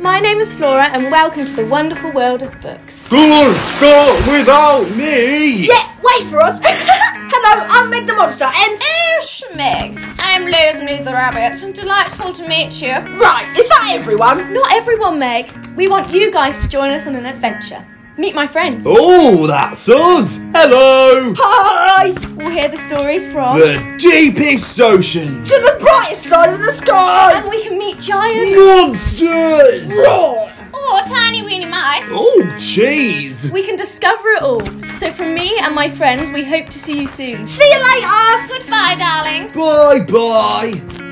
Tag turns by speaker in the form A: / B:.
A: My name is Flora, and welcome to the wonderful world of books.
B: Don't start without me!
C: Yeah, wait for us. Hello, I'm Meg the Monster, and
A: Ew, Schmig. I'm Liz Moo the Rabbit. Delightful to meet you.
C: right, is that everyone?
A: Not everyone, Meg. We want you guys to join us on an adventure. Meet my friends.
B: Oh, that's us! Hello!
C: Hi to
A: We'll hear the stories from.
B: The deepest oceans!
C: the brightest side of the sky.
A: And we can meet giants.
B: Monsters!
C: Roar!
A: Or Oh, tiny weeny mice.
B: Oh, jeez!
A: We can discover it all. So, from me and my friends, we hope to see you soon.
C: See you later.
A: Goodbye, darlings.
B: Bye bye!